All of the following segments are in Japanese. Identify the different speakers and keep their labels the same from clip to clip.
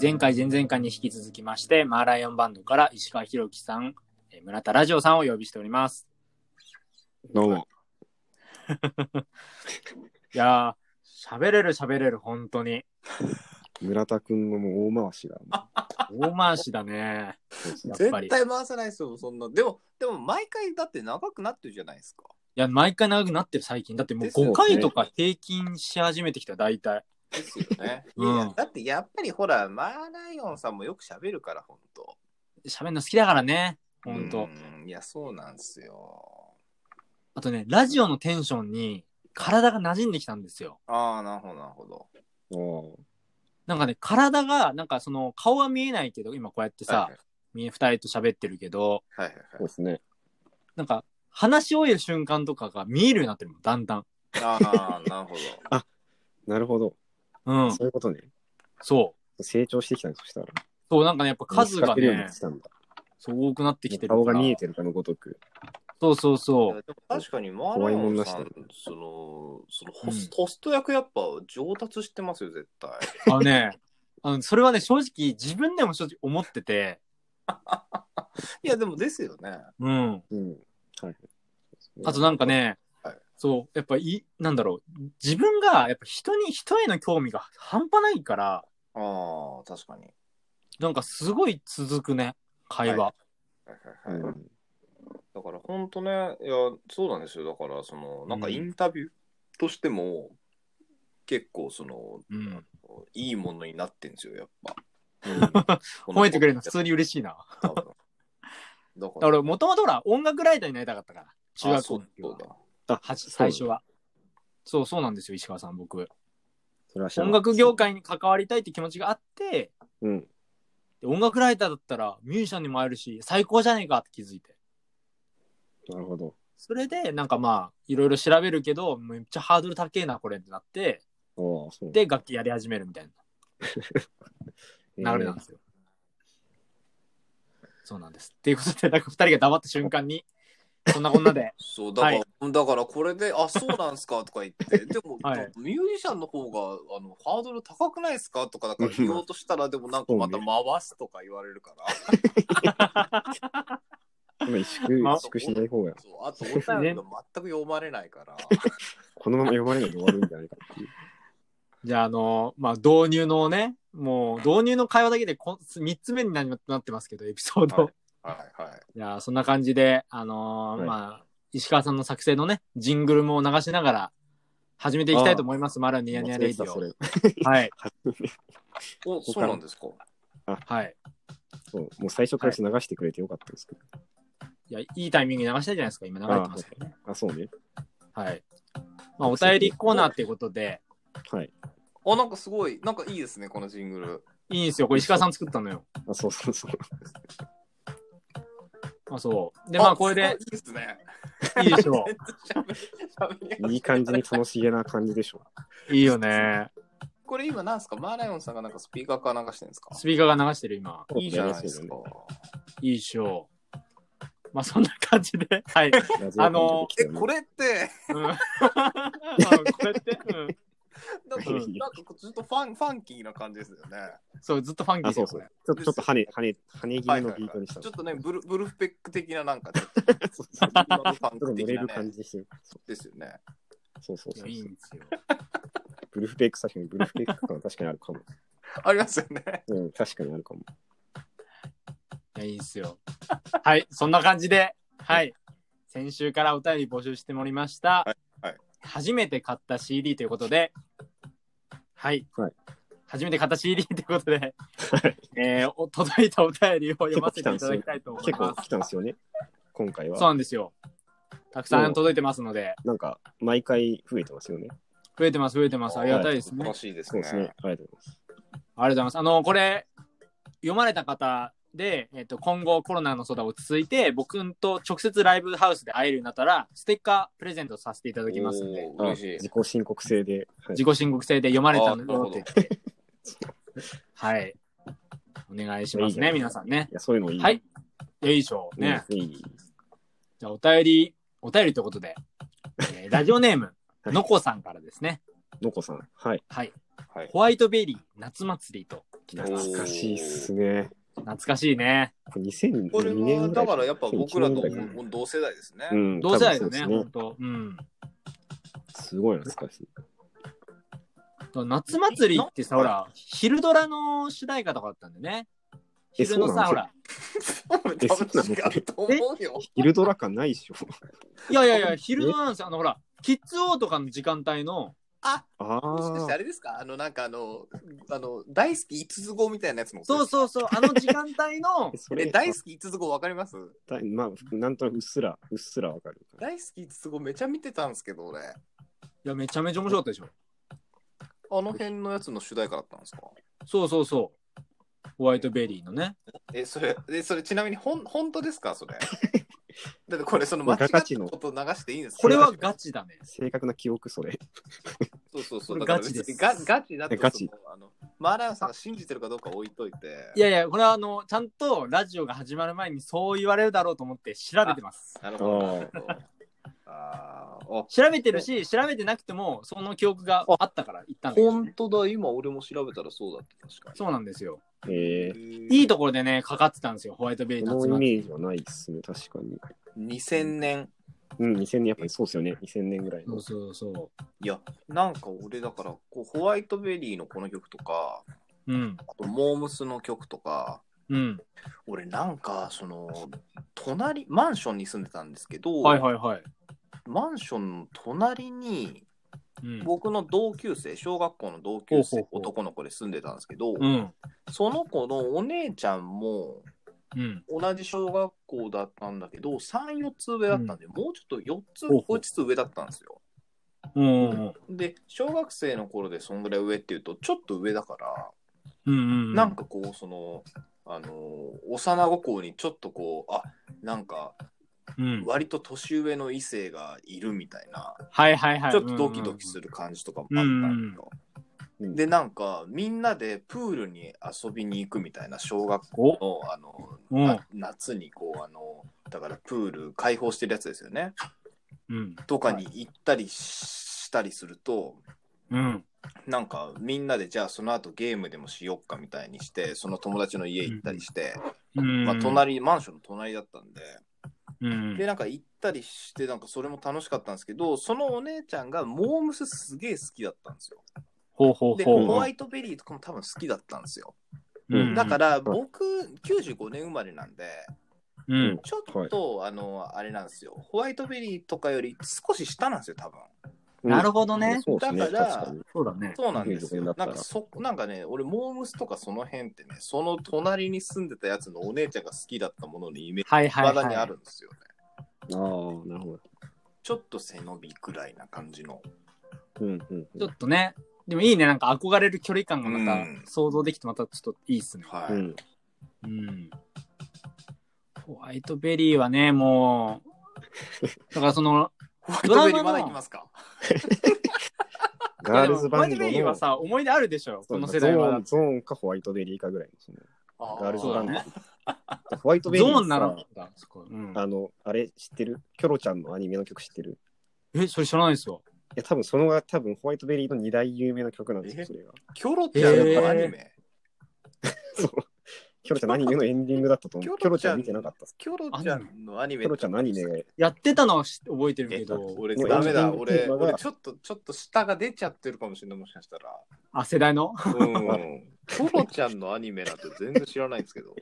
Speaker 1: 前回、前々回に引き続きまして、マーライオンバンドから石川博樹さん、えー村田ラジオさんをお呼びしております。
Speaker 2: どうも。
Speaker 1: いやー、喋れる喋れる、本当に。
Speaker 2: 村田くんのもう大回しが。
Speaker 1: 大回しだね。やっ
Speaker 3: 絶
Speaker 1: ぱり。
Speaker 3: 対
Speaker 1: い
Speaker 3: 回さないですよ、そんな。でも、でも毎回だって長くなってるじゃないですか。
Speaker 1: や、毎回長くなってる最近。だってもう
Speaker 3: ですよ
Speaker 1: 5
Speaker 2: ね
Speaker 1: 回とか平均し始めてきた、大体。
Speaker 3: ですよね。
Speaker 1: うん
Speaker 3: いやだってやっぱりほら、マーライオンさんもよく喋るから、本当。
Speaker 1: 喋るの好きだからね。本当、
Speaker 3: うん。いや、そうなんですよ。
Speaker 1: あとね、ラジオのテンションに体が馴染んできたんですよ。
Speaker 3: ああ、なるほど、なるほど。
Speaker 2: お
Speaker 1: なんかね、体が、なんかその、顔は見えないけど、今こうやってさ、み二人と喋ってるけど、
Speaker 3: はいはいはい
Speaker 2: そうですね。
Speaker 1: なんか、話し終える瞬間とかが見えるようになってるもん、だんだん。
Speaker 3: はいはい。ああ、なるほど。
Speaker 2: なるほど。
Speaker 1: うん
Speaker 2: そ。ういうことね。
Speaker 1: そう。
Speaker 2: 成長してきたんそしたら。
Speaker 1: そう、なんかね、やっぱ数が
Speaker 2: 見つかってるように
Speaker 1: ね
Speaker 2: なって、きたんだ。
Speaker 1: そう多くなってきてるから。
Speaker 2: 顔が見えてるかのごとく。
Speaker 1: そうそう そう。
Speaker 3: でも確かにマー
Speaker 2: 怖
Speaker 3: ラ
Speaker 2: い
Speaker 3: イ
Speaker 2: も
Speaker 3: オ
Speaker 2: ん
Speaker 3: ン
Speaker 2: なし
Speaker 3: さ
Speaker 2: だ
Speaker 3: ん、その、そのホス,、ホスト役やっぱ上達してますよ、絶対。
Speaker 1: あのね、あのそれはね、正直、自分でも正直思ってて、
Speaker 3: いや、でもですよね。
Speaker 1: うん。
Speaker 2: うん。はい。
Speaker 1: あとなんかね、
Speaker 3: はい
Speaker 1: そう、やっぱい、なんだろう、自分が、やっぱ人に、人への興味が半端ないから、
Speaker 3: ああ、確かに。
Speaker 1: なんかすごい続くね、会話。
Speaker 3: ははいは
Speaker 2: う
Speaker 3: いはい
Speaker 2: ん。
Speaker 3: だから本当ね、いや、そうなんですよ。だから、その、なんかインタビューとしても、結構、その、
Speaker 1: うん。
Speaker 3: いいものになってんですよ、やっぱ。
Speaker 1: 褒めてくれるの普通に嬉しいな。
Speaker 3: 多分だから、
Speaker 1: 俺、もともとほら、音楽ライターになりたかったから、中
Speaker 3: あ
Speaker 1: 学
Speaker 3: そ
Speaker 1: 校
Speaker 3: う
Speaker 1: の時は
Speaker 3: そうだ。
Speaker 2: あ
Speaker 1: は
Speaker 2: そう
Speaker 1: 最初は。そう、そうなんですよ、石川さん、僕。
Speaker 2: それは知ら
Speaker 1: 音
Speaker 2: なかっ
Speaker 1: 楽業界に関わりたいって気持ちがあって、
Speaker 2: たうん。
Speaker 1: で音楽ライターだったらミュージシャンにも会えるし、最高じゃねえかって気づいて。
Speaker 2: なるほど。
Speaker 1: それで、なんかまあ、いろいろ調べるけど、めっちゃハードル高えな、これってなって、
Speaker 2: ああ、そう。
Speaker 1: で、楽器やり始めるみたい
Speaker 2: え
Speaker 1: な
Speaker 2: ー
Speaker 1: 流れなんですよ。そうなんです。っていうことで、なんか二人が黙った瞬間に、そんなこんなで、
Speaker 3: そう、だから、
Speaker 1: は
Speaker 3: だからこれで、あ、そうなんすかとか言って、 でも、
Speaker 1: はい
Speaker 3: ミュージシャンの方が、あの、ハードル高くないですかとか、なんか言おうとしたら、でもなんかまた回すとか言われるから。
Speaker 2: 今萎縮、
Speaker 1: まあ
Speaker 2: 萎縮しない方が、
Speaker 3: そう、あと、お便りが全く読まれな いから。
Speaker 2: このまま読まれないで終わるんじゃないか っていう。
Speaker 1: じゃあ、あの、まあ、導入のね、もう、導入の会話だけでこん三つ目になりなってますけど、エピソード。
Speaker 3: はいはいはい。
Speaker 1: じゃあ、そんな感じで、あのー
Speaker 2: はい
Speaker 1: まあ、石川さんの作成のね、ジングルも流しながら、始めていきたいと思います。マラニヤニヤレイディ
Speaker 2: 忘れ
Speaker 1: オ。
Speaker 2: てた
Speaker 1: はい。
Speaker 3: お、
Speaker 2: 他の
Speaker 3: そうなんですか。
Speaker 1: はい。
Speaker 2: それそうもう最初から流してくれてよかったですけど。
Speaker 1: いや、いいタイミングに流したいじゃないですか。今流れてますからね。
Speaker 2: あ、そうね。
Speaker 1: はい。まあ、お便りコーナーっていうことで、
Speaker 2: はい。
Speaker 3: あ、なんかすごい、なんかいいですね、このジングル。
Speaker 1: いいんですよ。これ石川さん作ったのよ。
Speaker 2: あ、そうそうそう。
Speaker 1: あ、そう。で、まあ、これ
Speaker 3: あ、
Speaker 1: です
Speaker 3: ごいいい
Speaker 1: いい
Speaker 3: ですね。
Speaker 1: でしょ
Speaker 3: 喋り
Speaker 2: いい感じに楽しげな感じでしょ。
Speaker 1: う。 いいよね。
Speaker 3: これ今なんですかマーライオンさんがなんかスピーカーかなんかしてるんですか
Speaker 1: スピーカーが流してる今。
Speaker 3: いいじゃないです
Speaker 2: そう
Speaker 3: か。
Speaker 1: いいでしょう。まあ、そんな感じで。はい。
Speaker 2: ラジオ感出てきた
Speaker 3: え、
Speaker 2: よね
Speaker 3: これって、
Speaker 1: うん。 まあこうやって、うん。
Speaker 2: う
Speaker 3: なんか、
Speaker 2: ん
Speaker 3: なんかずっとファン、ファンキーな感じですよね。
Speaker 1: そう、ずっとファンキー
Speaker 2: あ、
Speaker 1: で
Speaker 2: そう
Speaker 1: す
Speaker 2: そ
Speaker 1: よ
Speaker 2: う
Speaker 1: ね。。
Speaker 2: ちょちょっと跳ね、跳ね、跳ね気
Speaker 3: は
Speaker 2: 味
Speaker 3: い
Speaker 2: の
Speaker 3: はい
Speaker 2: ビー
Speaker 3: は
Speaker 2: ト
Speaker 3: い
Speaker 2: にした。
Speaker 3: ちょっとね、ブル、ブルフペック的ななんか、ちょっ
Speaker 2: そうそう
Speaker 3: と今のフ ァン
Speaker 2: ちょっと
Speaker 3: ク
Speaker 2: 乗
Speaker 3: 的
Speaker 2: れ
Speaker 3: な
Speaker 2: る感
Speaker 3: ね。
Speaker 2: じしてる。
Speaker 3: ですよね。
Speaker 2: そうそう
Speaker 1: い
Speaker 2: そ
Speaker 1: や
Speaker 2: う
Speaker 1: いいんですよ。
Speaker 2: ブルフペック、確かにブルフペック感は確かにあるかも。
Speaker 3: ありますよね。
Speaker 2: うん、確かにあるかも。
Speaker 1: いや、いいんですよ。はい、そんな感じで、はい。先週からお便り募集しておりました。
Speaker 3: はいはい
Speaker 1: 初めて買った CD ということで、はい。
Speaker 2: はい
Speaker 1: 初めて買った CD ということで、えーお届いたお便りを読ませていただきたいと思い
Speaker 2: 結構
Speaker 1: ま
Speaker 2: 来
Speaker 1: す。
Speaker 2: たんですよね。今回
Speaker 1: そう
Speaker 2: は。
Speaker 1: なんですよ。たくさん届いてますので、
Speaker 2: なんか、毎回増えてますよね。
Speaker 1: 増えてます、増えてます。ありがたいですね。
Speaker 3: 楽しいです
Speaker 2: そう
Speaker 3: ね。
Speaker 2: ですね。ありがとうございます。
Speaker 1: ありがとうございます。あの、これ、読まれた方で、えっと、今後コロナの相談落ち着いて、僕んと直接ライブハウスで会えるようになったら、ステッカープレゼントさせていただきますんで、
Speaker 3: おー嬉しい
Speaker 2: あ。自己申告制で。はい
Speaker 1: 自己申告制で読まれた
Speaker 3: あ
Speaker 1: の
Speaker 3: ーなる
Speaker 1: よ
Speaker 3: ほ
Speaker 1: っ
Speaker 3: ど
Speaker 1: て言って。 はい。お願いしますね、
Speaker 2: いいね
Speaker 1: 皆さんね。
Speaker 2: いや、そういうのいい。
Speaker 1: はい。いやいいでしょう。
Speaker 2: うん。
Speaker 1: ね。
Speaker 2: いい。
Speaker 1: じゃあ、お便り、お便りということで、えーラジオネーム、
Speaker 2: はい
Speaker 1: のこさんからですね。
Speaker 2: のこさん。はい。
Speaker 1: はい。
Speaker 3: はい。
Speaker 1: ホワイトベリー夏祭りと。
Speaker 2: 懐かしいっすね。
Speaker 1: 懐かしいね。
Speaker 2: これ2002年
Speaker 3: こ
Speaker 2: ぐ
Speaker 3: れ
Speaker 2: らい
Speaker 3: は、だからやっぱ
Speaker 2: 2001
Speaker 3: 僕らと
Speaker 2: 年ぐいかな
Speaker 1: も
Speaker 3: 同世代ですね。
Speaker 2: うん、
Speaker 1: 同世代だよ
Speaker 2: 多
Speaker 1: ね、
Speaker 2: 分そうです
Speaker 1: 本当。うん。
Speaker 2: すごい懐かしい。
Speaker 1: 夏祭りってさ、ほら、昼ドラの主題歌とかだったんだよね。
Speaker 2: え
Speaker 1: 昼の
Speaker 2: そうな
Speaker 1: さ、
Speaker 2: の
Speaker 1: ほら。
Speaker 2: えそうなの
Speaker 3: 違うと思うよ。
Speaker 2: 昼ドラ感ないっしょ。
Speaker 1: いやいやいや、昼ドラなんですよ。あの、ほら、キッズ王とかの時間帯の、
Speaker 3: あ、
Speaker 2: あ
Speaker 3: もしかしてあ
Speaker 2: あ。、
Speaker 3: れですかあの、なんかあの、あの、大好き五つ子みたいなやつの。
Speaker 1: そうそうそう、あの時間帯の
Speaker 2: そ
Speaker 3: え、大好き五つ子わかります
Speaker 2: だいまあ、なんとなくうっすら、うっすらわかる。
Speaker 3: 大好き五つ子めちゃ見てたんですけど、俺。
Speaker 1: いや、めちゃめちゃ面白かったでしょ。
Speaker 3: あの辺のやつの主題歌だったんですか
Speaker 1: そうそうそう。ホワイトベリーのね。
Speaker 3: え、それ、え、それちなみにほん、本当です かそれ。だってこれ、その間違
Speaker 2: ガ
Speaker 3: った
Speaker 2: ガチの
Speaker 3: こと流していいんですか
Speaker 1: これはガチだね。
Speaker 2: 正確な記憶、それ。
Speaker 3: そうそうそう。
Speaker 1: これ
Speaker 3: だから
Speaker 1: ガチです
Speaker 3: ガガチだと
Speaker 2: ガチ
Speaker 3: そのあの、マーラーさんが信じてるかどうか置いといて。
Speaker 1: いやいや、これはあの、ちゃんとラジオが始まる前にそう言われるだろうと思って調べてます。
Speaker 3: なるほど。なるほどあーあ。
Speaker 1: 調べてるし、調べてなくても、その記憶があったから言ったんだけど
Speaker 3: 本当だ、今俺も調べたらそうだって、確かに。
Speaker 1: そうなんですよ。
Speaker 2: えー、
Speaker 1: いい
Speaker 3: と。
Speaker 1: ところでね、かかってたんですよ、ホワイトベリー
Speaker 2: こ
Speaker 1: 夏
Speaker 2: のイメ
Speaker 1: 祭り。
Speaker 2: ージはないですね、確かに。
Speaker 3: 2000年。
Speaker 2: うん、2000年、やっぱりそうですよね。2000年ぐらい
Speaker 1: そ
Speaker 2: の
Speaker 1: う。そうそ
Speaker 3: いや、なんか俺だから、こうホワイトベリーのこの曲とか、
Speaker 1: う。うん。
Speaker 3: あとモームスの曲とか、
Speaker 1: うん。
Speaker 3: 俺なんか、その、隣、マンションに住んでたんですけど、
Speaker 1: はいはいはい。
Speaker 3: マンションの隣に、
Speaker 1: うん。
Speaker 3: 僕の同級生、小学校の同級
Speaker 1: ほうほう
Speaker 3: 生、
Speaker 1: ほう
Speaker 3: 男の子で住んでたんですけど、
Speaker 1: うん。
Speaker 3: その子のお姉ちゃんも
Speaker 1: うん。
Speaker 3: 同じ小学校だったんだけど、3、4つ上だったんで、もうちょっと4つ、
Speaker 1: ほうほう
Speaker 3: 5つ上だったんですよ。
Speaker 1: うん。うん。
Speaker 3: で、小学生の頃でそんぐらい上っていうと、ちょっと上だから、
Speaker 1: うん。
Speaker 3: なんかこう、その、あのー幼心にちょっとこう、あなんか、
Speaker 1: うん。
Speaker 3: 割と年上の異性がいるみたいな、
Speaker 1: はいはいはい。
Speaker 3: ちょっとドキドキする感じとかもあったんだよ。
Speaker 2: うん
Speaker 3: で、なんか、みんなでプールに遊びに行くみたいな、小学校の、あの、
Speaker 1: うん
Speaker 3: な夏にこう、あの、だからプール開放してるやつですよね。
Speaker 1: うん。うん。
Speaker 3: とかに行ったりしたりすると、
Speaker 1: うん。
Speaker 3: なんかみんなでじゃあその後ゲームでもしよっかみたいにしてその友達の家行ったりして、
Speaker 1: うん。
Speaker 3: まあ、。隣マンションの隣だったんで、
Speaker 1: うん。
Speaker 3: でなんか行ったりしてなんかそれも楽しかったんですけどそのお姉ちゃんがモームスすげえ好きだったんですよ
Speaker 1: ほうほう
Speaker 3: で
Speaker 1: ほう。
Speaker 3: ホワイトベリーとかも多分好きだったんですよ
Speaker 1: うん
Speaker 3: だか、ら僕95年生まれなんで
Speaker 1: うん。
Speaker 3: ちょっと、あのあれなんですよホワイトベリーとかより少し下なんですよ多分
Speaker 1: なるほどね。
Speaker 2: そうですね、
Speaker 3: だから
Speaker 2: 確かに。
Speaker 1: そうだね。
Speaker 3: そうなんですよ。
Speaker 2: 95
Speaker 3: な
Speaker 2: だっ
Speaker 3: ん
Speaker 2: たら
Speaker 3: かそ、なんかね、俺、モームスとかその辺ってね、その隣に住んでたやつのお姉ちゃんが好きだったものにイメージ、
Speaker 1: はいはい
Speaker 3: まだ
Speaker 1: は
Speaker 3: にあ
Speaker 1: い。
Speaker 3: るんですよね。
Speaker 2: ああ、なるほど。
Speaker 3: ちょっと背伸びくらいな感じの。
Speaker 2: うんうん
Speaker 1: ちょっとね。でもいいね。なんか憧れる距離感が
Speaker 3: うん
Speaker 1: また想像できてまたちょっといいっすね。
Speaker 3: は
Speaker 2: う
Speaker 3: い。
Speaker 2: ん。
Speaker 1: うん。ホワイトベリーはね、も う、だからその、
Speaker 3: ホワイトベリーまだ行きますか
Speaker 2: ガールズバン
Speaker 1: ホワイ
Speaker 2: ド
Speaker 1: トベリー
Speaker 2: の
Speaker 1: はさ、思い出あるでしょ、
Speaker 2: そ
Speaker 1: こ
Speaker 2: う
Speaker 1: の
Speaker 2: ゾ
Speaker 1: 世代
Speaker 2: ー
Speaker 1: は
Speaker 2: ン。ゾーンかホワイトベリーかぐらいですね。
Speaker 3: あー
Speaker 2: ガールズ
Speaker 1: そう
Speaker 2: バ
Speaker 1: だ
Speaker 2: ンド
Speaker 1: ね。
Speaker 2: ホワイ
Speaker 1: ゾ
Speaker 2: トベリー
Speaker 1: ーンな
Speaker 2: さ
Speaker 1: のか、そこ。うん
Speaker 2: あの、あれ知ってるキョロちゃんのアニメの曲知ってる
Speaker 1: え、それ知らないですよ。
Speaker 2: いや、多分そのが多分ホワイトベリーの二大有名な曲なんです
Speaker 3: え
Speaker 2: よ、それが。
Speaker 3: キョロちゃんのアニメ。
Speaker 2: そう。キョロちゃんのアニメのエンディングだったと思う。
Speaker 3: キ
Speaker 2: キ
Speaker 3: ョ
Speaker 2: ョ
Speaker 3: ロ
Speaker 2: ロ
Speaker 3: ち
Speaker 2: ち
Speaker 3: ゃ
Speaker 2: ゃ
Speaker 3: ん
Speaker 2: ん見てなかったっす。
Speaker 3: キョロちゃんのアニ
Speaker 2: キ
Speaker 3: メ。
Speaker 2: ョロちゃんのアニメが。
Speaker 1: やってたのは知覚えてるけど、
Speaker 3: 俺、
Speaker 2: ね
Speaker 3: ダメだ。
Speaker 2: 俺
Speaker 3: 俺、
Speaker 2: 俺
Speaker 3: 俺ちょっと、ちょっと下が出ちゃってるかもしれない、もしかした ら。
Speaker 1: あ、世代の
Speaker 3: うん。キョロちゃんのアニメなんて全然知らないんですけど。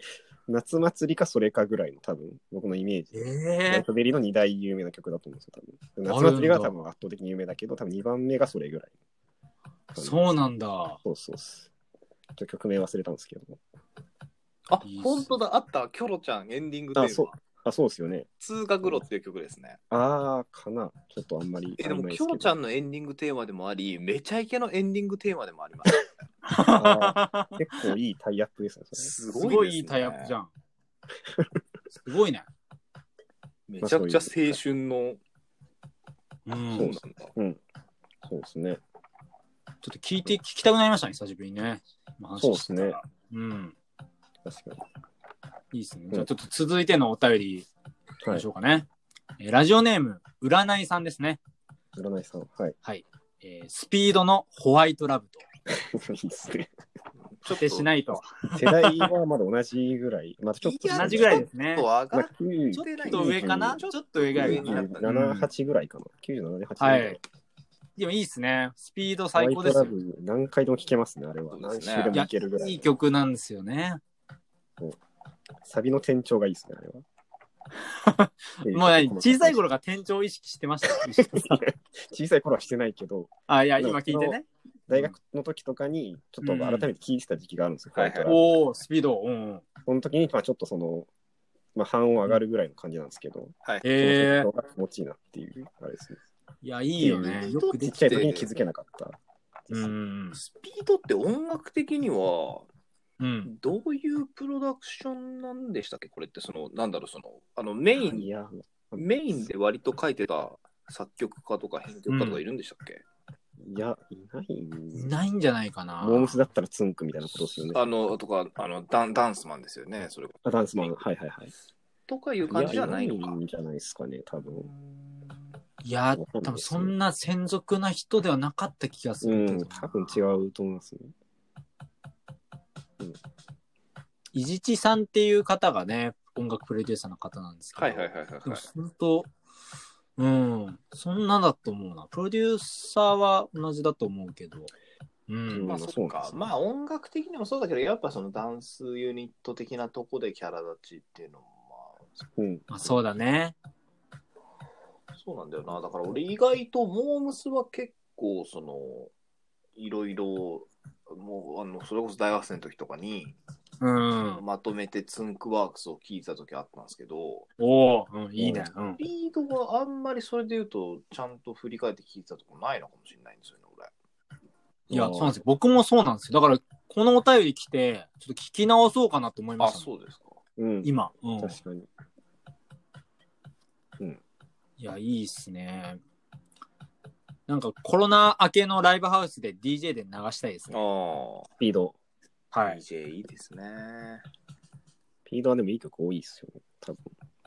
Speaker 2: 夏祭りかそれかぐらいの多分僕のイメージ。ホワイ
Speaker 1: え
Speaker 2: トベリーの二大有名な曲だと思うんですよ、多分。
Speaker 1: あるん
Speaker 2: 夏
Speaker 1: だ
Speaker 2: 祭りが多分圧倒的に有名だけど、多分二番目がそれぐらい。
Speaker 1: ー、そうなん だ。
Speaker 2: そうそうっす。ちょっと曲名忘れたんですけど。
Speaker 3: あ
Speaker 1: いいっすね、
Speaker 3: 本当だ。あった。キョロちゃんエンディングテ
Speaker 2: あ
Speaker 3: ー
Speaker 2: そう
Speaker 3: マ。
Speaker 2: あ、そうですよね。
Speaker 3: 通過グロっていう曲ですね。
Speaker 2: ああ、かな。ちょっとあんまり。
Speaker 3: え、で
Speaker 2: あ
Speaker 3: も、
Speaker 2: まり
Speaker 3: キ
Speaker 2: すけ
Speaker 3: ョ
Speaker 2: ど
Speaker 3: ロちゃんのエンディングテーマでもあり、めちゃイケのエンディングテーマでもあります。
Speaker 2: あ結構いいタイアップですね、それ
Speaker 3: す
Speaker 1: すご
Speaker 3: ごいですね
Speaker 1: いいいタイアップじゃん。すごいね。
Speaker 3: めちゃくちゃ青春の。
Speaker 1: う
Speaker 3: そ
Speaker 1: ん。
Speaker 3: う
Speaker 1: ち
Speaker 3: な
Speaker 1: ょ
Speaker 3: ん
Speaker 1: っ
Speaker 3: だ。
Speaker 2: そうですね。
Speaker 1: と聞いて、聞きたくなりましたね、久しぶりにね。今話
Speaker 2: そうで
Speaker 1: し
Speaker 2: す
Speaker 1: てた
Speaker 2: ね
Speaker 1: ら。うん。
Speaker 2: 確か
Speaker 1: いいですね。じゃあちょっと続いてのお便り、いき
Speaker 2: に。は
Speaker 1: ま
Speaker 2: い
Speaker 1: しょ。うかね。えーラジオネーム、占いさんですね。
Speaker 2: 占いさん。はい。
Speaker 1: えースピードのホワイトラブと
Speaker 2: いいですね。
Speaker 3: ちょっ
Speaker 1: してしないと。
Speaker 2: 世代はまだ同じぐらい。またちょっと。
Speaker 3: いや
Speaker 1: 同じぐらいですね
Speaker 3: ちょっと上
Speaker 2: ま
Speaker 3: が
Speaker 2: あ
Speaker 3: っ
Speaker 2: 9
Speaker 1: ちょっと上かなちょっと上ぐらいかな。
Speaker 2: 97、8ぐらいかな。97、8ぐ
Speaker 1: は
Speaker 2: らい
Speaker 1: い。。でもいいですね。スピード
Speaker 2: ホワ
Speaker 1: 最
Speaker 2: イ
Speaker 1: 高で
Speaker 2: ト
Speaker 1: すよ。
Speaker 2: ラブ何回でも聴けますね、あれは。
Speaker 3: そうで
Speaker 2: 何
Speaker 3: す
Speaker 2: 週
Speaker 3: ね
Speaker 2: でも聴けるぐらい。
Speaker 1: いい曲なんですよね。
Speaker 2: サビの転調がいいですね、あれは。
Speaker 1: もう何小さい頃
Speaker 2: が
Speaker 1: から店長意識してました。
Speaker 2: 小さい頃はしてないけど、
Speaker 1: あ、いや、今聞いてね。
Speaker 2: 大学の時とかに、ちょっと改めて聞いてた時期があるんですよ、
Speaker 3: う
Speaker 2: ホ
Speaker 3: ん
Speaker 2: ワイトラブ
Speaker 1: おおスピード。うん。
Speaker 2: その時に、まあちょっとその、まあ、半音上がるぐらいの感じなんですけど、
Speaker 3: はい。
Speaker 1: え
Speaker 2: その転調が気持ちいいなっていう、あれですね。
Speaker 1: いや、いいよね。よく
Speaker 2: ち
Speaker 1: で
Speaker 2: っ
Speaker 1: き
Speaker 2: ちゃい時に気づけなかった。
Speaker 1: うん。
Speaker 3: スピードって音楽的には、
Speaker 1: うん。
Speaker 3: どういうプロダクションなんでしたっけこれって、その、なんだろう、その、あの、メイ
Speaker 2: い
Speaker 3: ン、
Speaker 2: や、
Speaker 3: メインで割と書いてた作曲家とか編曲家とかいるんでしたっけ、
Speaker 2: いや、いない
Speaker 1: いないんじゃないかな。
Speaker 2: モームスだったらツンクみたいなことですよね。
Speaker 3: あの、とか、あのダン、ダンスマンですよね、それ
Speaker 2: あダンスマン、はいはいはい。
Speaker 3: とかいう感じじゃないのか
Speaker 2: や。んじゃないですかね、多分。
Speaker 1: いや、多分そんな専属な人ではなかった気がす
Speaker 2: う
Speaker 1: るけど。
Speaker 2: ん、多分違うと思いますね。
Speaker 1: いじちさんっていう方がね、音楽プロデューサーの方なんですけど。
Speaker 3: はいはいはいはい、
Speaker 1: でも
Speaker 3: はい。
Speaker 1: 本当、うん、そんなだと思うな。プロデューサーは同じだと思うけど。うん。
Speaker 3: まあ
Speaker 2: うん
Speaker 3: そっ
Speaker 2: そうなんで
Speaker 3: か
Speaker 2: す。よ
Speaker 3: まあ音楽的にもそうだけど、やっぱそのダンスユニット的なとこでキャラ立ちっていうのも、ま
Speaker 2: うん。
Speaker 1: まあ、そうだね。
Speaker 3: あ、そうなんだよな。だから俺意外とモームスは結構その、いろいろ、もうあの、それこそ大学生の時とかに、
Speaker 1: うん。
Speaker 3: まとめてツンクワークスを聞いた時あったんですけど、
Speaker 1: おお、うん、いいね。うん。
Speaker 3: リードはあんまりそれで言うと、ちゃんと振り返って聞いてたとこないのかもしれないんですよね、俺。
Speaker 1: いや、そうなんですよ。僕もそうなんですよ。だから、このお便り来て、ちょっと聞き直そうかなと思いま
Speaker 3: あ、
Speaker 1: したもん、
Speaker 3: そうですか。
Speaker 2: うん。
Speaker 1: 今。うん。
Speaker 2: 確かに。
Speaker 1: いや、いいっすね。なんか、コロナ明けのライブハウスで DJ で流したいですね。
Speaker 3: あ
Speaker 2: スピード。
Speaker 3: あ、
Speaker 1: はい。
Speaker 3: DJ いいですね。
Speaker 2: スピードはでもいい曲多いですよね。多分。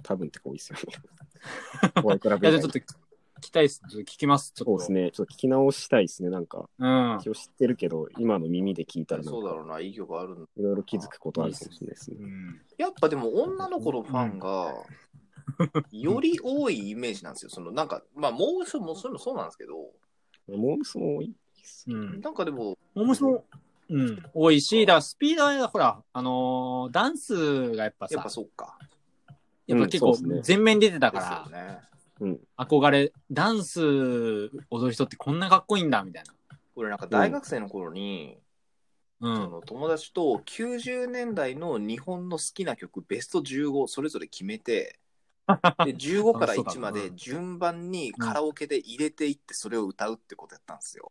Speaker 2: 多分ってか多いですよ ね。ホワイトラ
Speaker 1: い
Speaker 2: ブ
Speaker 1: や、じ
Speaker 2: 以
Speaker 1: ゃあちょ
Speaker 2: 外
Speaker 1: っと聞きたいっす。ちょっと聞きます。ちょっ
Speaker 2: そ
Speaker 1: と。
Speaker 2: うですね。ちょっと聞き直したいですね。なんか、
Speaker 1: うん。
Speaker 2: 一応知ってるけど、今の耳で聞いたらなん
Speaker 3: そう
Speaker 2: か、
Speaker 3: だろうな、いい曲あるんだ
Speaker 2: いろいろ気づくことあるかもしれないですね。
Speaker 1: うん。
Speaker 3: やっぱでも女の子のファンが、より多いイメージなんですよ。そのなんか、まあ、もう一つもそれもそうなんですけど、
Speaker 2: モームスも多いですね。
Speaker 1: うん。
Speaker 3: なんかでも、
Speaker 1: 面白い。うん、多いし、だからスピードは、ほら、あのーダンスがやっぱさ、
Speaker 3: や
Speaker 1: やっ
Speaker 3: っぱ
Speaker 1: ぱ
Speaker 3: そうか。
Speaker 1: 結
Speaker 2: うん
Speaker 1: 構
Speaker 2: そうですね
Speaker 1: 全面に出てた
Speaker 3: で
Speaker 1: か
Speaker 3: す
Speaker 1: ら、
Speaker 3: よね。
Speaker 2: うん。
Speaker 1: 憧れ、ダンス踊る人ってこんなかっこいいんだ、みたいな。
Speaker 3: 俺なんか大学生の頃に、
Speaker 1: う
Speaker 3: そ
Speaker 1: ん。
Speaker 3: の友達と90年代の日本の好きな曲ベスト15それぞれ決めて、で15から
Speaker 1: あそうだ
Speaker 3: 1まで
Speaker 1: うん
Speaker 3: 順番にカラオケで入れていってそれを歌うってことやったんですよ。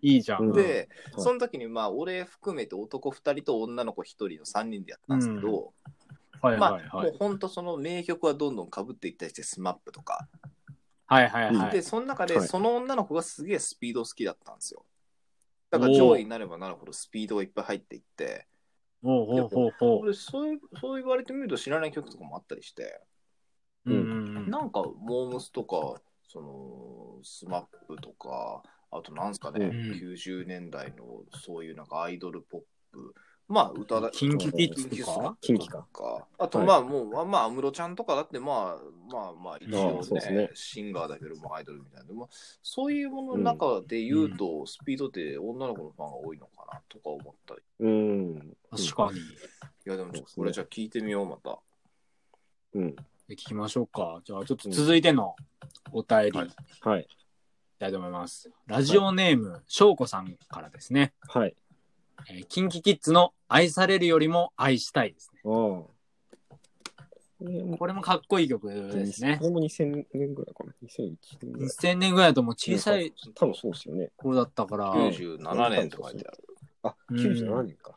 Speaker 1: いいじゃん。
Speaker 2: うん
Speaker 3: で、
Speaker 2: はい
Speaker 3: その時にまあ俺含めて男2人と女の子1人の3人でやったんですけど、
Speaker 1: はい
Speaker 3: ま
Speaker 1: はい
Speaker 3: あ、
Speaker 1: は
Speaker 3: もう
Speaker 1: い。
Speaker 3: 本当その名曲はどんどんかぶっていったりして、スマップとか。
Speaker 1: はいはいは
Speaker 3: で、
Speaker 1: い。
Speaker 3: その中で、
Speaker 2: はい
Speaker 3: その女の子がすげえスピード好きだったんですよ。だから上位になればなるほどスピードがいっぱい入っていって、
Speaker 1: ほうほうほうほ
Speaker 3: 俺そういう、そう言われてみると知らない曲とかもあったりして、
Speaker 1: う。うんうんうん。
Speaker 3: なんか、モームスとか、その、スマップとか、あとなんすかね、
Speaker 2: うん
Speaker 3: 90年代のそういうなんかアイドルポップ、まあ歌だ、
Speaker 1: キンキキッズ
Speaker 3: キ
Speaker 1: と
Speaker 3: ス
Speaker 1: か
Speaker 2: キンキか。
Speaker 3: か。あと、
Speaker 2: はい
Speaker 3: まあ、もう、まあ、安室ちゃんとかだって、まあ、まあ、まあ、一
Speaker 2: ま
Speaker 3: 応
Speaker 2: あそうです
Speaker 3: ね、
Speaker 2: ね
Speaker 3: シンガーだけどもアイドルみたいな。でも、そういうものの中で言うと、スピードって女の子のファンが多いのかなとか思ったり。
Speaker 2: うん。
Speaker 1: 確かに。
Speaker 3: いや、でもちょっと、
Speaker 2: そ
Speaker 3: こ
Speaker 2: うで
Speaker 3: れ
Speaker 2: す
Speaker 3: じゃあ聞いてみよう、また。
Speaker 2: うん。
Speaker 1: で聞きましょうか。じゃあちょっと続いてのお便りい
Speaker 3: はい
Speaker 1: き
Speaker 2: はい。
Speaker 1: たいと思います。ラジオネーム、しょうこさんからですね。
Speaker 2: はい。
Speaker 1: えー、キンキキッズの愛されるよりも愛したいですね。
Speaker 2: ああ。これも
Speaker 1: これもかっこいい曲ですね
Speaker 2: こ。れも2000年ぐらいかな。2001年ぐらい。
Speaker 1: 2000年ぐらいだともう小さい
Speaker 2: 多分そうですよね。
Speaker 1: 頃だったから、
Speaker 2: うん
Speaker 3: 97年って書いてある。
Speaker 2: あ、
Speaker 1: うん
Speaker 2: 97年か。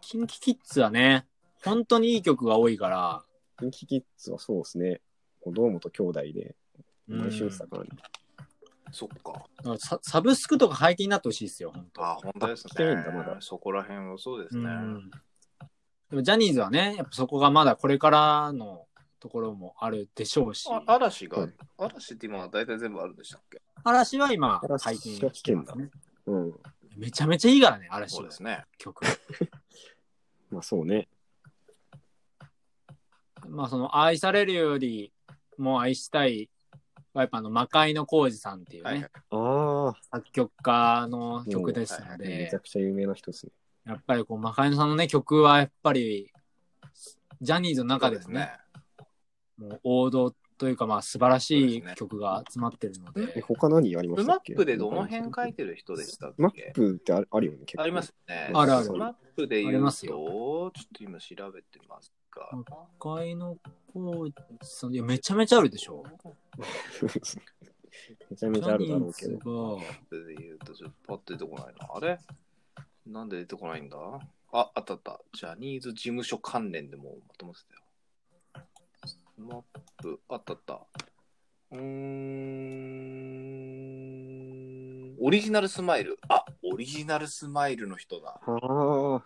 Speaker 1: キンキキッズはね、本当にいい曲が多いから、
Speaker 2: キンキキッズはそうですね。こう堂本兄弟で、
Speaker 1: うん
Speaker 2: 毎週したからね。
Speaker 3: そっか。
Speaker 1: だからササブスクとか廃棄になってほしいですよ、本当。
Speaker 3: あ、本当です
Speaker 2: あ来てるん
Speaker 3: ね
Speaker 2: だまだ。
Speaker 3: そこら辺はそうです
Speaker 1: う
Speaker 3: ね。
Speaker 1: んでもジャニーズはね、やっぱそこがまだこれからのところもあるでしょうし、
Speaker 3: あ嵐が、
Speaker 2: はい
Speaker 3: 嵐って今大体全部あるんでしたっけ
Speaker 1: 嵐は今、
Speaker 2: 嵐
Speaker 1: 解禁してますね。
Speaker 2: うん。
Speaker 1: めちゃめちゃいいからね、嵐
Speaker 3: そう
Speaker 1: の
Speaker 3: ですね。
Speaker 1: 曲。
Speaker 2: まあそうね。
Speaker 1: まあその愛されるよりも愛したいはやっぱあの魔界の浩二さんっていうね、
Speaker 3: はいはい
Speaker 2: ああ、
Speaker 1: 作曲家の曲ですので、
Speaker 2: めちゃくちゃ有名な人ですね。
Speaker 1: やっぱりこう魔界のさんのね曲はやっぱりジャニーズの中でもね。もう王道というかまあ素晴らしい曲が集まってるので
Speaker 2: え、他何ありま
Speaker 3: ル
Speaker 2: した
Speaker 3: マッ
Speaker 2: っけ
Speaker 3: プでどの辺書いてる人でしたっ
Speaker 2: マッ
Speaker 3: け
Speaker 2: プってあるあるよね、結構
Speaker 3: ありますね。
Speaker 2: あるある
Speaker 3: スマップで言
Speaker 1: あり
Speaker 3: うと、
Speaker 1: ます
Speaker 3: ちょっと今調べてますが。
Speaker 1: 魔界の浩二さんいやめちゃめちゃあるでしょ
Speaker 2: めちゃ
Speaker 1: ジ
Speaker 2: めちゃ
Speaker 1: ャ
Speaker 2: ある
Speaker 1: ニ
Speaker 2: だろう
Speaker 1: ー
Speaker 2: け
Speaker 1: ズ
Speaker 2: ど。
Speaker 1: が
Speaker 3: それで言うと、ちょっとパッと出てこないな。あれなんで出てこないんだあ、あったあった。ジャニーズ事務所関連でもうまとめてたよ。マップ、あったあった。うーん。オリジナルスマイル。あ、オリジナルスマイルの人だ。
Speaker 2: ああ、は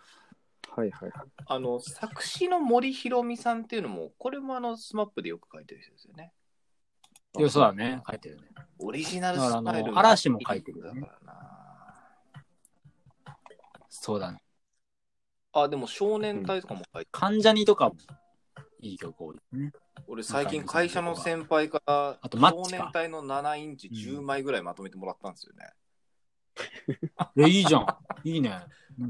Speaker 2: いはいはい。
Speaker 3: あの、作詞の森博美さんっていうのも、これもあの、スマップでよく書いてる人ですよね。
Speaker 1: いやそうだね書いてるね
Speaker 3: オリジナルスマ
Speaker 1: だ
Speaker 3: イ
Speaker 1: からあ
Speaker 3: ル
Speaker 1: の嵐も書いてるよ
Speaker 3: だ
Speaker 1: ね
Speaker 3: からな。
Speaker 1: そうだね
Speaker 3: あ、でも少年隊とかも書いてる。
Speaker 1: 関ジャニとかもいい曲多いですね
Speaker 3: 俺最近会社の先輩から
Speaker 1: あとマッ
Speaker 3: 少
Speaker 1: チか
Speaker 3: 年隊の7インチ
Speaker 1: う
Speaker 3: 10
Speaker 1: ん
Speaker 3: 枚ぐらいまとめてもらったんですよね。
Speaker 1: えいいじ ゃんいいね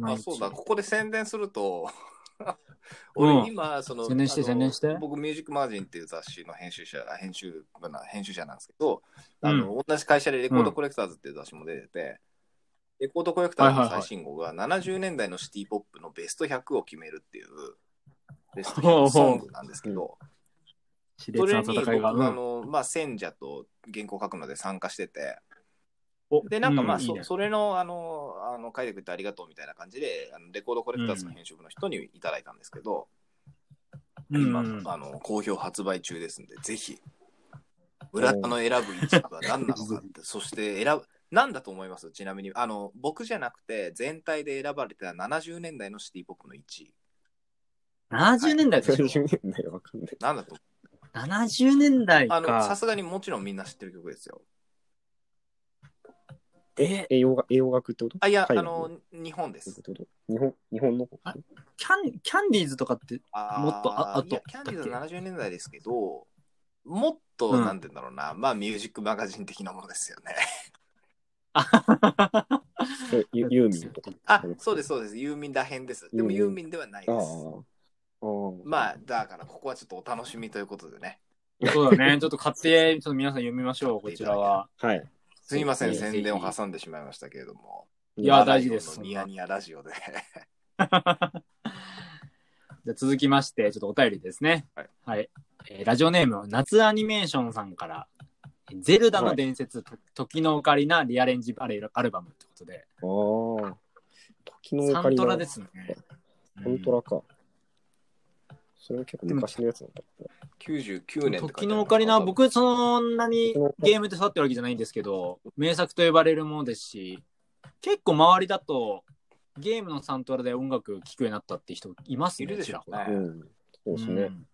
Speaker 3: あそうだ、ここで宣伝すると
Speaker 1: うん
Speaker 3: 俺今その、
Speaker 1: 宣伝して
Speaker 3: あの
Speaker 1: 宣伝して
Speaker 3: 僕ミュージックマガジンっていう雑誌の編集者編集部な編集者なんですけど、あの同じ会社でレコードコレクターズっていう雑誌も出てて、レコードコレクターズの最新号が70年代のシティポップのベスト100を決めるっていうベスト100ソングなんですけど、
Speaker 1: 熾烈
Speaker 3: それ
Speaker 1: な
Speaker 3: に
Speaker 1: 戦い
Speaker 3: 僕
Speaker 1: が、
Speaker 3: あ
Speaker 1: うん
Speaker 3: の、まあ、賢者と原稿書くので参加してて、
Speaker 1: お
Speaker 3: で、なんかまあ、
Speaker 1: ういい
Speaker 3: そ
Speaker 1: ね
Speaker 3: それの、あの、あの書いてくれてありがとうみたいな感じで、あのレコードコレクターズの編集部の人にいただいたんですけど、今、
Speaker 1: うん
Speaker 3: あの、好評発売中ですんで、ぜひ、村田の選ぶ一部は何なのかって、そして選ぶ、何だと思いますちなみに、あの、僕じゃなくて、全体で選ばれた70年代のシティポップの1位。
Speaker 1: 70年代でしょ
Speaker 2: 90年代わかんない。
Speaker 3: 何だと思う
Speaker 1: 70年代
Speaker 3: あの、さ
Speaker 1: か。
Speaker 3: すがにもちろんみんな知ってる曲ですよ。
Speaker 1: え、
Speaker 2: 英語が、英語学ってこと
Speaker 3: あ、いや、あ
Speaker 2: 海外
Speaker 3: の、日本です。
Speaker 2: ってこと日本、日本の
Speaker 1: あキャン、キャンディーズとか って、
Speaker 3: あー
Speaker 1: もっとあ後
Speaker 3: いやキャンディーズは70年代ですけど、もっと、
Speaker 1: うん
Speaker 3: なんて言うんだろうな、まあ、ミュージックマガジン的なものです よね。
Speaker 2: えユユーミンとか。
Speaker 3: あ、そうです、そうです。ユーミンらへんです。でも、
Speaker 2: うん
Speaker 3: ユーミンではない
Speaker 2: あ
Speaker 3: で
Speaker 2: あ
Speaker 3: す。
Speaker 2: ー。ああ。
Speaker 3: まあ、だから、ここはちょっとお楽しみということでね。
Speaker 1: そうだね。ちょっと買って、ちょっと皆さん読みましょう、こちらは。
Speaker 2: あ。はい。
Speaker 3: すいません、
Speaker 1: ぜひぜひ
Speaker 3: 宣伝を挟んでしまいましたけれども。
Speaker 1: いや
Speaker 3: まあ
Speaker 1: 大事です
Speaker 3: ラジオのニヤニヤラジ オで。
Speaker 1: じゃあ続きまして、ちょっとお便りですね。
Speaker 3: はい。
Speaker 1: えーラジオネーム、夏アニメーションさんから、ゼルダの伝説、と時のオカリナリアレンジバレルアルバムってことで、
Speaker 2: ああ。時のオ
Speaker 1: サ
Speaker 2: カ
Speaker 1: ン
Speaker 2: リ
Speaker 1: ト
Speaker 2: ナ
Speaker 1: ラですね。
Speaker 2: サント
Speaker 1: うん
Speaker 2: ラか。それは結構昔のやつなんだった。
Speaker 3: 99年って書いてある
Speaker 1: 時のオカリナは、僕、そんなにゲームで触ってるわけじゃないんですけど、名作と呼ばれるものですし、結構周りだと、ゲームのサントラで音楽聴くようになったって人いますね。
Speaker 3: いるでしょうね
Speaker 1: ちらほら
Speaker 2: うん。そうですね。
Speaker 1: ん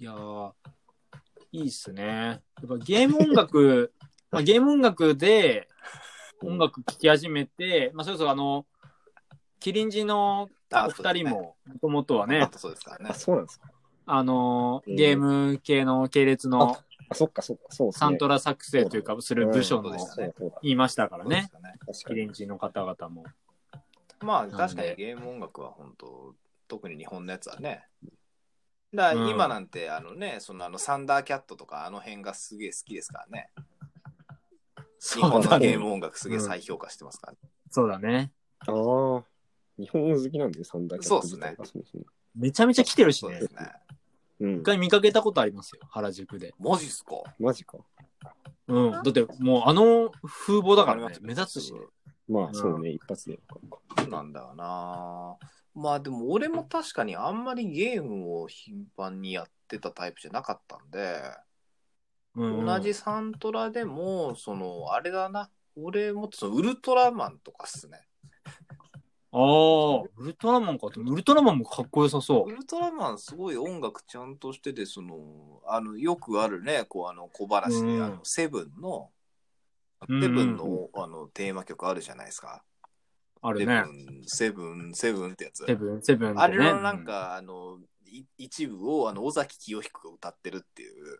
Speaker 1: いやー、いいっすね。やっぱゲーム音楽、まあ、ゲーム音楽で音楽聴き始めて、まあ、それこそあの、キリンジのお二人。も、もともとは
Speaker 3: あそうですね、あ
Speaker 1: ね、
Speaker 3: とそうですから
Speaker 2: あ、
Speaker 3: ね。
Speaker 2: そうなんですか。
Speaker 1: あのー、ゲーム系の系列の、
Speaker 2: あ、そっかそっか。そうですね。
Speaker 1: サントラ作成というか、する部署
Speaker 3: そう
Speaker 1: の
Speaker 3: でしたね
Speaker 2: そうだ
Speaker 1: 言いましたから
Speaker 3: そうで
Speaker 1: ね
Speaker 3: す。かね。
Speaker 2: 確か
Speaker 1: キ
Speaker 2: に。
Speaker 1: リンジの方々も。
Speaker 3: まあ
Speaker 1: で
Speaker 3: 確かにゲーム音楽は本当特に日本のやつはね。だから今なんて、あのね、そのあのサンダーキャットとかあの辺がすげえ好きですからね。
Speaker 1: そ
Speaker 3: 日本
Speaker 1: う
Speaker 3: の
Speaker 1: だ
Speaker 3: ゲ
Speaker 1: ね。
Speaker 3: ーム音楽すげえ再評価してますからね。
Speaker 1: そうだね。
Speaker 2: ああ。日本好きなんで、サンダーキャット自体がそうですね。
Speaker 1: めちゃめちゃ来てるし
Speaker 3: そう
Speaker 1: ね
Speaker 3: で。すね。
Speaker 2: うん
Speaker 1: 一。回見かけたことありますよ、原宿で。
Speaker 3: マジっすか
Speaker 2: マジか。
Speaker 1: うん。だってもうあの風貌だから
Speaker 3: わ
Speaker 1: ね
Speaker 3: り、ま
Speaker 1: 目
Speaker 3: す
Speaker 1: 立つしね。
Speaker 2: まあ、そうね。一発でわかるか。
Speaker 3: そうなんだよな。まあでも俺も確かにあんまりゲームを頻繁にやってたタイプじゃなかったんで、
Speaker 1: うんうん
Speaker 3: 同じサントラでも、その、あれだな。俺もっとそのウルトラマンとかっすね。
Speaker 1: ああ、ウルトラマンかと。ウルトラマンもかっこよさそう。
Speaker 3: ウルトラマンすごい音楽ちゃんとしてて、その、あの、よくあるね、こう、あの、小話で、
Speaker 1: うん
Speaker 3: あの、セブンの、
Speaker 1: うん
Speaker 3: セブンの、あの、テーマ曲あるじゃないですか。
Speaker 1: あ
Speaker 3: セ
Speaker 1: る
Speaker 3: ブ
Speaker 1: ね。
Speaker 3: ン、セブン、セブンってやつ。
Speaker 1: セブン、セブン、ね。
Speaker 3: あれのなんか、あの、い一部を、あの、尾崎清彦が歌ってるっていう、
Speaker 1: うん。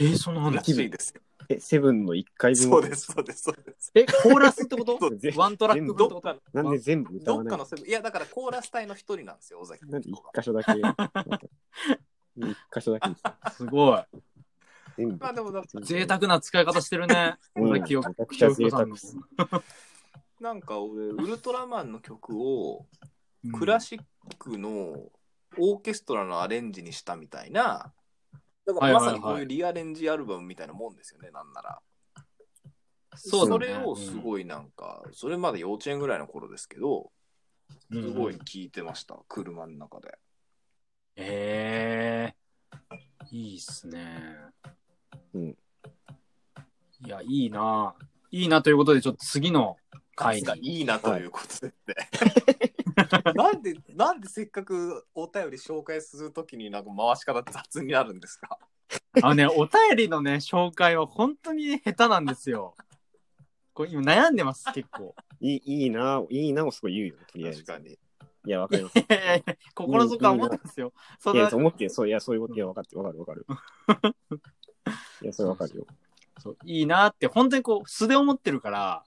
Speaker 1: えー、そんなのあんの
Speaker 3: らしいですよ。
Speaker 2: え、セブンの1回分
Speaker 3: そうです、そうです、そうです。
Speaker 1: え、コーラ スってこと
Speaker 3: そ
Speaker 2: ぜ
Speaker 1: ワントラック分ってことある
Speaker 2: なんで全部歌
Speaker 3: ど
Speaker 2: わ
Speaker 3: っ
Speaker 2: な
Speaker 3: か
Speaker 2: い
Speaker 3: のセブン、いや、だからコーラス隊の一人なんですよ、尾崎
Speaker 2: なん
Speaker 3: 清
Speaker 2: で
Speaker 3: 彦が。
Speaker 2: 1箇所だけ。1箇所だけ。
Speaker 1: すごい。
Speaker 2: 全部
Speaker 3: まあ。でもだ、
Speaker 1: 贅沢な使い方してるね。
Speaker 2: うん
Speaker 1: 俺記憶
Speaker 2: めちゃくちゃ贅沢
Speaker 1: 記憶さん
Speaker 3: なんか俺、ウルトラマンの曲を、
Speaker 1: うん
Speaker 3: クラシックのオーケストラのアレンジにしたみたいな、だからまさにこういうリアレンジアルバムみたいなもんですよね、なんなら。
Speaker 1: そうだね
Speaker 3: れをすごいなんか、それまで幼稚園ぐらいの頃ですけど、
Speaker 1: うん
Speaker 3: すごい聴いてました、車の中で。
Speaker 1: ええいいっすね。
Speaker 2: うん
Speaker 1: いや、いいな。いいなということで、ちょっと次の
Speaker 3: 感
Speaker 1: 回
Speaker 3: が
Speaker 1: に。
Speaker 3: いいなということで。 なんで、なんでせっかくお便り紹介するときになんか回し方雑になるんですか
Speaker 1: あのね、お便りのね、紹介は本当に下手なんですよ。これ今悩んでます、結構。
Speaker 2: いいいいな、いいなをすごい言うよ、とりあえず。
Speaker 3: 確かに。
Speaker 2: いや、わかります。い
Speaker 1: いやいや心の底から思ってますよ。そんな
Speaker 2: や、そう思って、そう、いや、そういうこと、いや、わかって、わかる、わかる。いや、それわかるよ。
Speaker 1: そういいなって、本当にこう、素で思ってるから、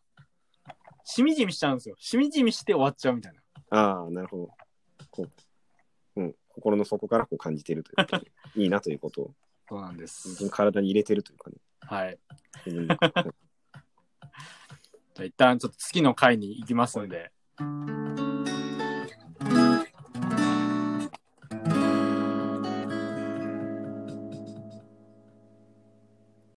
Speaker 1: しみじみしちゃうんですよ。しみじみして終わっちゃうみたいな。
Speaker 2: ああ、なるほど。こう、うん、心の底からこう感じてるというか、いいなということを、
Speaker 1: そうなんで
Speaker 2: 自分
Speaker 1: す
Speaker 2: の。体に入れてるというかね。
Speaker 1: はい。
Speaker 2: 自分の
Speaker 1: じゃあ一旦ちょっと次の回に行きますんで。